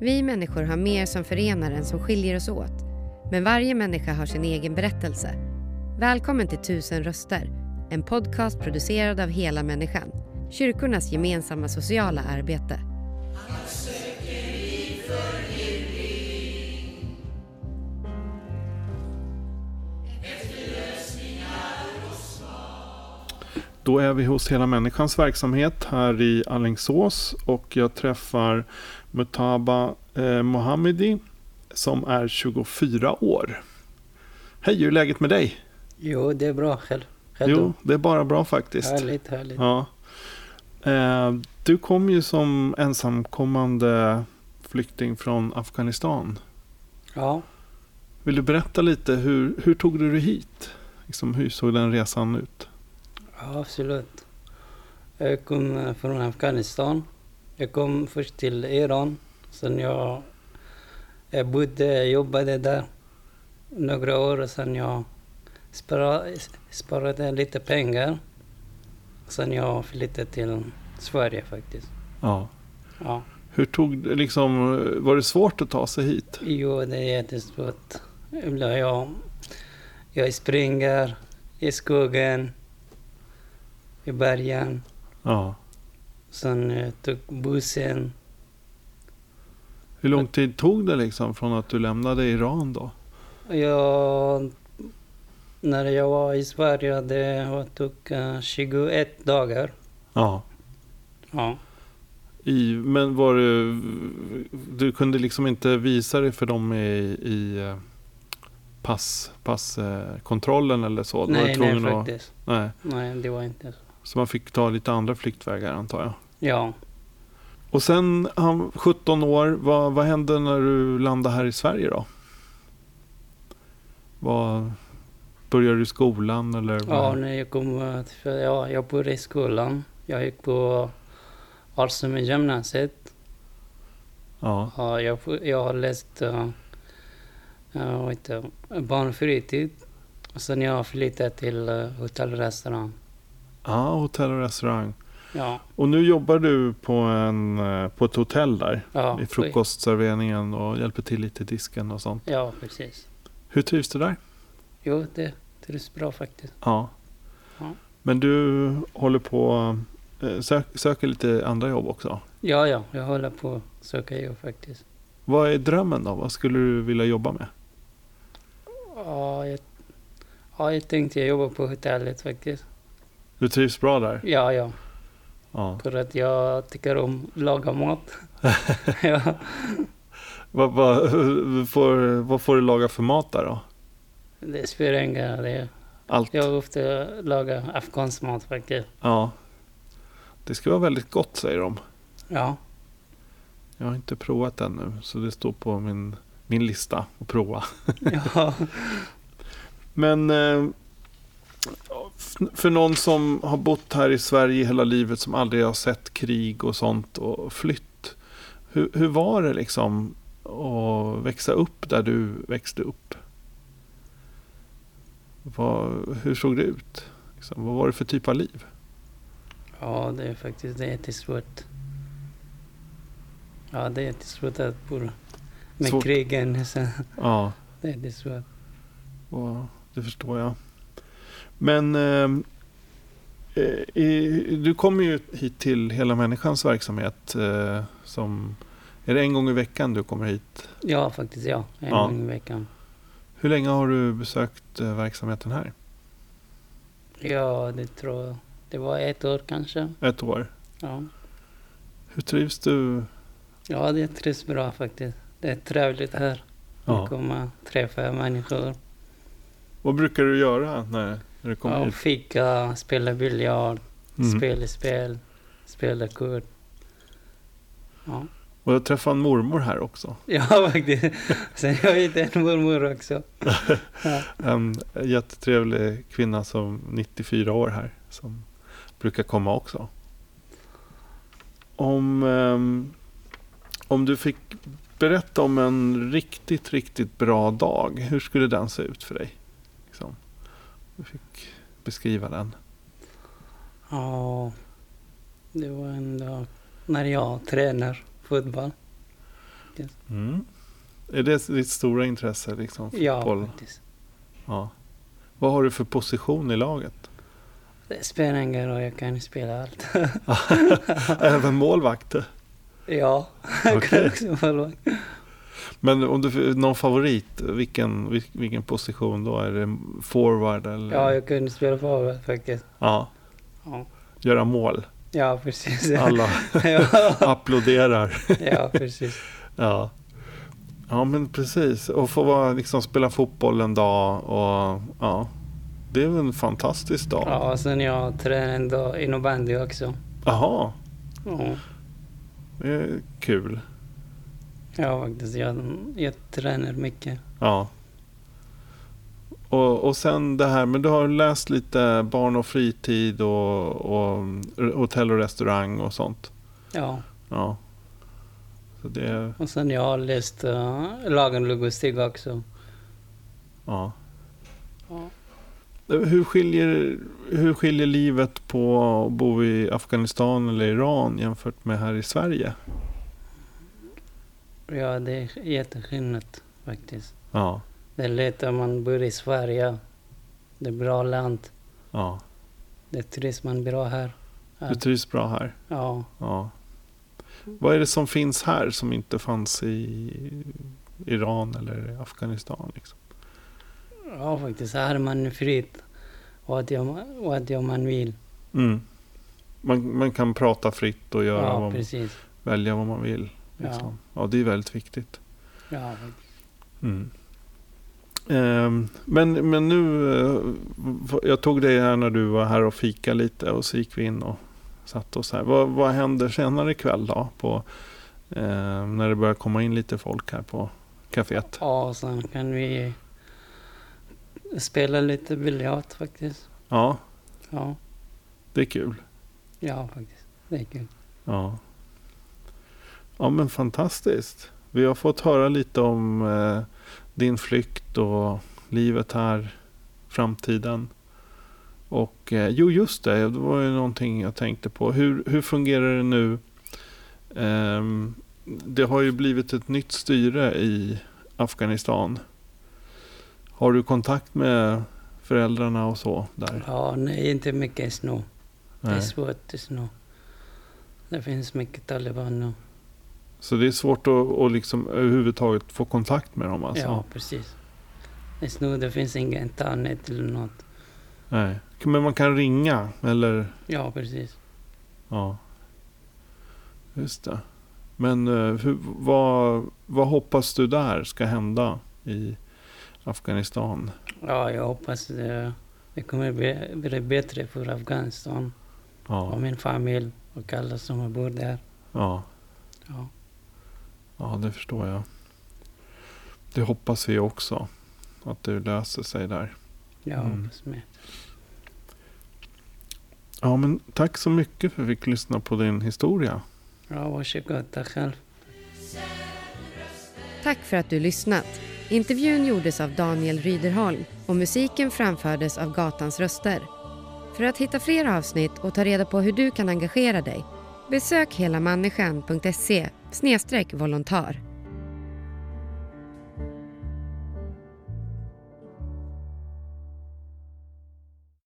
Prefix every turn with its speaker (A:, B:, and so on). A: Vi människor har mer som förenar än som skiljer oss åt. Men varje människa har sin egen berättelse. Välkommen till Tusen röster. En podcast producerad av Hela Människan. Kyrkornas gemensamma sociala arbete.
B: Då är vi hos Hela Människans verksamhet här i Allingsås och jag träffar Mutaba eh, Mohammedi som är 24 år. Hej, hur är läget med dig?
C: Jo, det är bra. Själv, själv
B: Jo,
C: då?
B: det är bara bra faktiskt.
C: Härligt, härligt.
B: Ja. Eh, du kom ju som ensamkommande flykting från Afghanistan.
C: Ja.
B: Vill du berätta lite, hur, hur tog du dig hit? Liksom, hur såg den resan ut?
C: ja, absolut. Jag kom eh, från Afghanistan. Jag kom först till Iran. Sen jag, jag bodde, jag jobbade där några år och sen jag spara, sparade lite pengar. Sen jag flyttade till Sverige faktiskt.
B: Ja.
C: Ja.
B: Hur tog, liksom, var det svårt att ta sig hit?
C: Jo, det är jättesvårt. Ibland Jag, jag springer i skogen, i bergen.
B: Ja.
C: Sen eh, tog bussen.
B: Hur lång tid tog det liksom från att du lämnade Iran då?
C: Jag, när jag var i Sverige det var- tog eh, 21 dagar.
B: Ja.
C: Ja.
B: I, men var det, du kunde liksom inte visa det för dem i, i eh, pass, passkontrollen eller så? Du var
C: Nej, nej
B: tvungen att-
C: faktiskt.
B: nej.
C: Nej, det var inte så.
B: Så man fick ta lite andra flyktvägar antar jag.
C: Ja.
B: Och sen, han, 17 år, vad, vad hände när du landade här i Sverige då? Vad, började du skolan eller?
C: Ja,
B: vad-
C: när jag kom eh, till- ja, jag började i skolan. Jag gick på Alstom gymnasiet.
B: ja.
C: Ja, jag, får- jag har läst uh, uh, vet du, barnfritid. Och sen jag har flyttat till eh, hotellrestaurang.
B: Ah, hotell och restaurang.
C: Ja,
B: Och nu jobbar du på, en, eh, på ett hotell där?
C: ja,
B: I frukostserveringen och hjälper till lite i disken och sånt.
C: ja, precis.
B: Hur trivs du där?
C: Jo, det trivs bra faktiskt.
B: Ja.
C: Ja.
B: Men du håller på eh, sök, söker lite andra jobb också.
C: Ja, ja, jag håller på att söka jobb faktiskt.
B: Vad är drömmen då? Vad skulle du vilja jobba med?
C: Ja, jag, ja, jag tänkte jag jobbar på hotellet faktiskt.
B: Du trivs bra där?
C: Ja, ja,
B: Ja.
C: för att jag tycker om att laga mat. ja,
B: Vad, vad, får, vad får du laga för mat där då?
C: det spelar ingen roll.
B: Allt?
C: Jag ofta lagar afghansk mat faktiskt.
B: Ja. Det ska vara väldigt gott säger de.
C: Ja,
B: Jag har inte provat det ännu så det står på min, min lista att prova.
C: ja.
B: Men eh, f- för någon som har bott här i Sverige hela livet som aldrig har sett krig och sånt och flytt. Hur, hur var det liksom att växa upp där du växte upp? Vad, hur såg det ut? Liksom, vad var det för typ av liv?
C: Ja, det är faktiskt det är jättesvårt. Ja, det är jättesvårt att bo med
B: Svårt.
C: krigen. Så
B: Ja,
C: det är jättesvårt.
B: och, det förstår jag. Men eh, eh, i- du kommer ju hit till Hela Människans verksamhet. Eh, som, är det en gång i veckan du kommer hit?
C: Ja, faktiskt ja. En
B: Ja.
C: gång i veckan.
B: Hur länge har du besökt eh, verksamheten här?
C: Ja, det tror jag. Det var ett år kanske.
B: Ett år.
C: Ja,
B: Hur trivs du?
C: ja det trivs bra faktiskt. Det är trevligt här.
B: Ja.
C: Att komma träffa människor.
B: Vad brukar du göra när, när du kommer
C: Ja,
B: hit?
C: fika, spela biljard,
B: Mm.
C: spela spel, spela kort. Ja,
B: Mm. Och jag träffade en mormor här också.
C: ja faktiskt. Sen har jag hittade en mormor också. Ja.
B: En jättetrevlig kvinna som 94 år här. Som brukar komma också. Om, ehm, om du fick berätta om en riktigt, riktigt bra dag. Hur skulle den se ut för dig? Liksom. Du fick beskriva den.
C: Ja, det var en dag när jag tränar fotboll. faktiskt.
B: Mm. Är det ditt stora intresse? Liksom,
C: Ja,
B: fotboll?
C: faktiskt.
B: Ja. Vad har du för position i laget?
C: Det spelar ingen roll, jag kan spela allt.
B: Även målvakt?
C: Ja, jag kan
B: Okej.
C: också vara
B: Men om du någon favorit, vilken, vil- vilken position då? Är det forward eller?
C: Ja, jag kunde spela forward faktiskt.
B: Ja.
C: Ja.
B: Göra mål.
C: Ja, precis.
B: Alla
C: ja,
B: applåderar.
C: ja, precis.
B: Ja. ja, men precis. Och få vara, liksom, spela fotboll en dag. Och, ja. Det är väl en fantastisk dag.
C: Ja, och sen jag tränar en dag innebandy också.
B: Jaha,
C: Ja,
B: det är kul.
C: ja faktiskt. Jag, jag tränar mycket.
B: Ja. Och, och sen det här, men du har läst lite barn och fritid och, och hotell och restaurang och sånt.
C: Ja,
B: Ja. Så det,
C: och sen jag har läst uh, lagen logistik också.
B: ja.
C: Ja.
B: Hur skiljer, hur skiljer livet på att bo i Afghanistan eller Iran jämfört med här i Sverige?
C: Ja, det är jätteskillnad faktiskt.
B: Ja,
C: Det är lätt om man bor i Sverige. Det är bra land.
B: ja.
C: Det trivs man bra här.
B: Du trivs bra här?
C: Ja,
B: Ja. Vad är det som finns här som inte fanns i Iran eller Afghanistan? Liksom?
C: ja faktiskt. Här är man fritt. Vad gör, vad gör man vill.
B: Mm. Man, man kan prata fritt och göra
C: Ja,
B: vad,
C: precis.
B: välja vad man vill. Liksom. Ja. det är väldigt viktigt.
C: Ja, faktiskt.
B: Mm. Ehm, men, men nu, eh, v- jag tog dig här när du var här och fika lite och så gick vi in och satt oss här. Vad, vad händer senare ikväll då? På, eh, när det börjar komma in lite folk här på kaféet?
C: ja och sen kan vi spela lite biljard faktiskt.
B: Ja,
C: Ja,
B: det är kul.
C: ja faktiskt. Det är kul.
B: Ja. ja, men fantastiskt. Vi har fått höra lite om eh, din flykt och livet här, framtiden. Och eh, jo, just det, det var ju någonting jag tänkte på. Hur, hur fungerar det nu? Ehm, det har ju blivit ett nytt styre i Afghanistan. Har du kontakt med föräldrarna och så där?
C: Ja, nej, inte mycket snö. Det är
B: Nej.
C: svårt i snö. Det finns mycket taliban nu.
B: Så det är svårt att, att liksom överhuvudtaget få kontakt med dem alltså?
C: Ja, precis. I snö det finns ingen internet eller något.
B: Nej. Men man kan ringa eller?
C: Ja, precis.
B: Ja. Just det. Men eh, hur, vad, vad hoppas du där ska hända i Afghanistan?
C: Ja, jag hoppas det, det kommer bli, bli bättre för Afghanistan
B: Ja.
C: och min familj och alla som bor där.
B: Ja.
C: Ja.
B: Ja, det förstår jag. Det hoppas vi också. Att det löser sig där.
C: Jag
B: Mm.
C: hoppas med.
B: Ja, men tack så mycket för att vi fick lyssna på din historia.
C: Ja, varsågod. Tack själv.
A: Tack för att du lyssnat. Intervjun gjordes av Daniel Ryderholm och musiken framfördes av Gatans röster. För att hitta fler avsnitt och ta reda på hur du kan engagera dig besök helamänniskan.se volontar.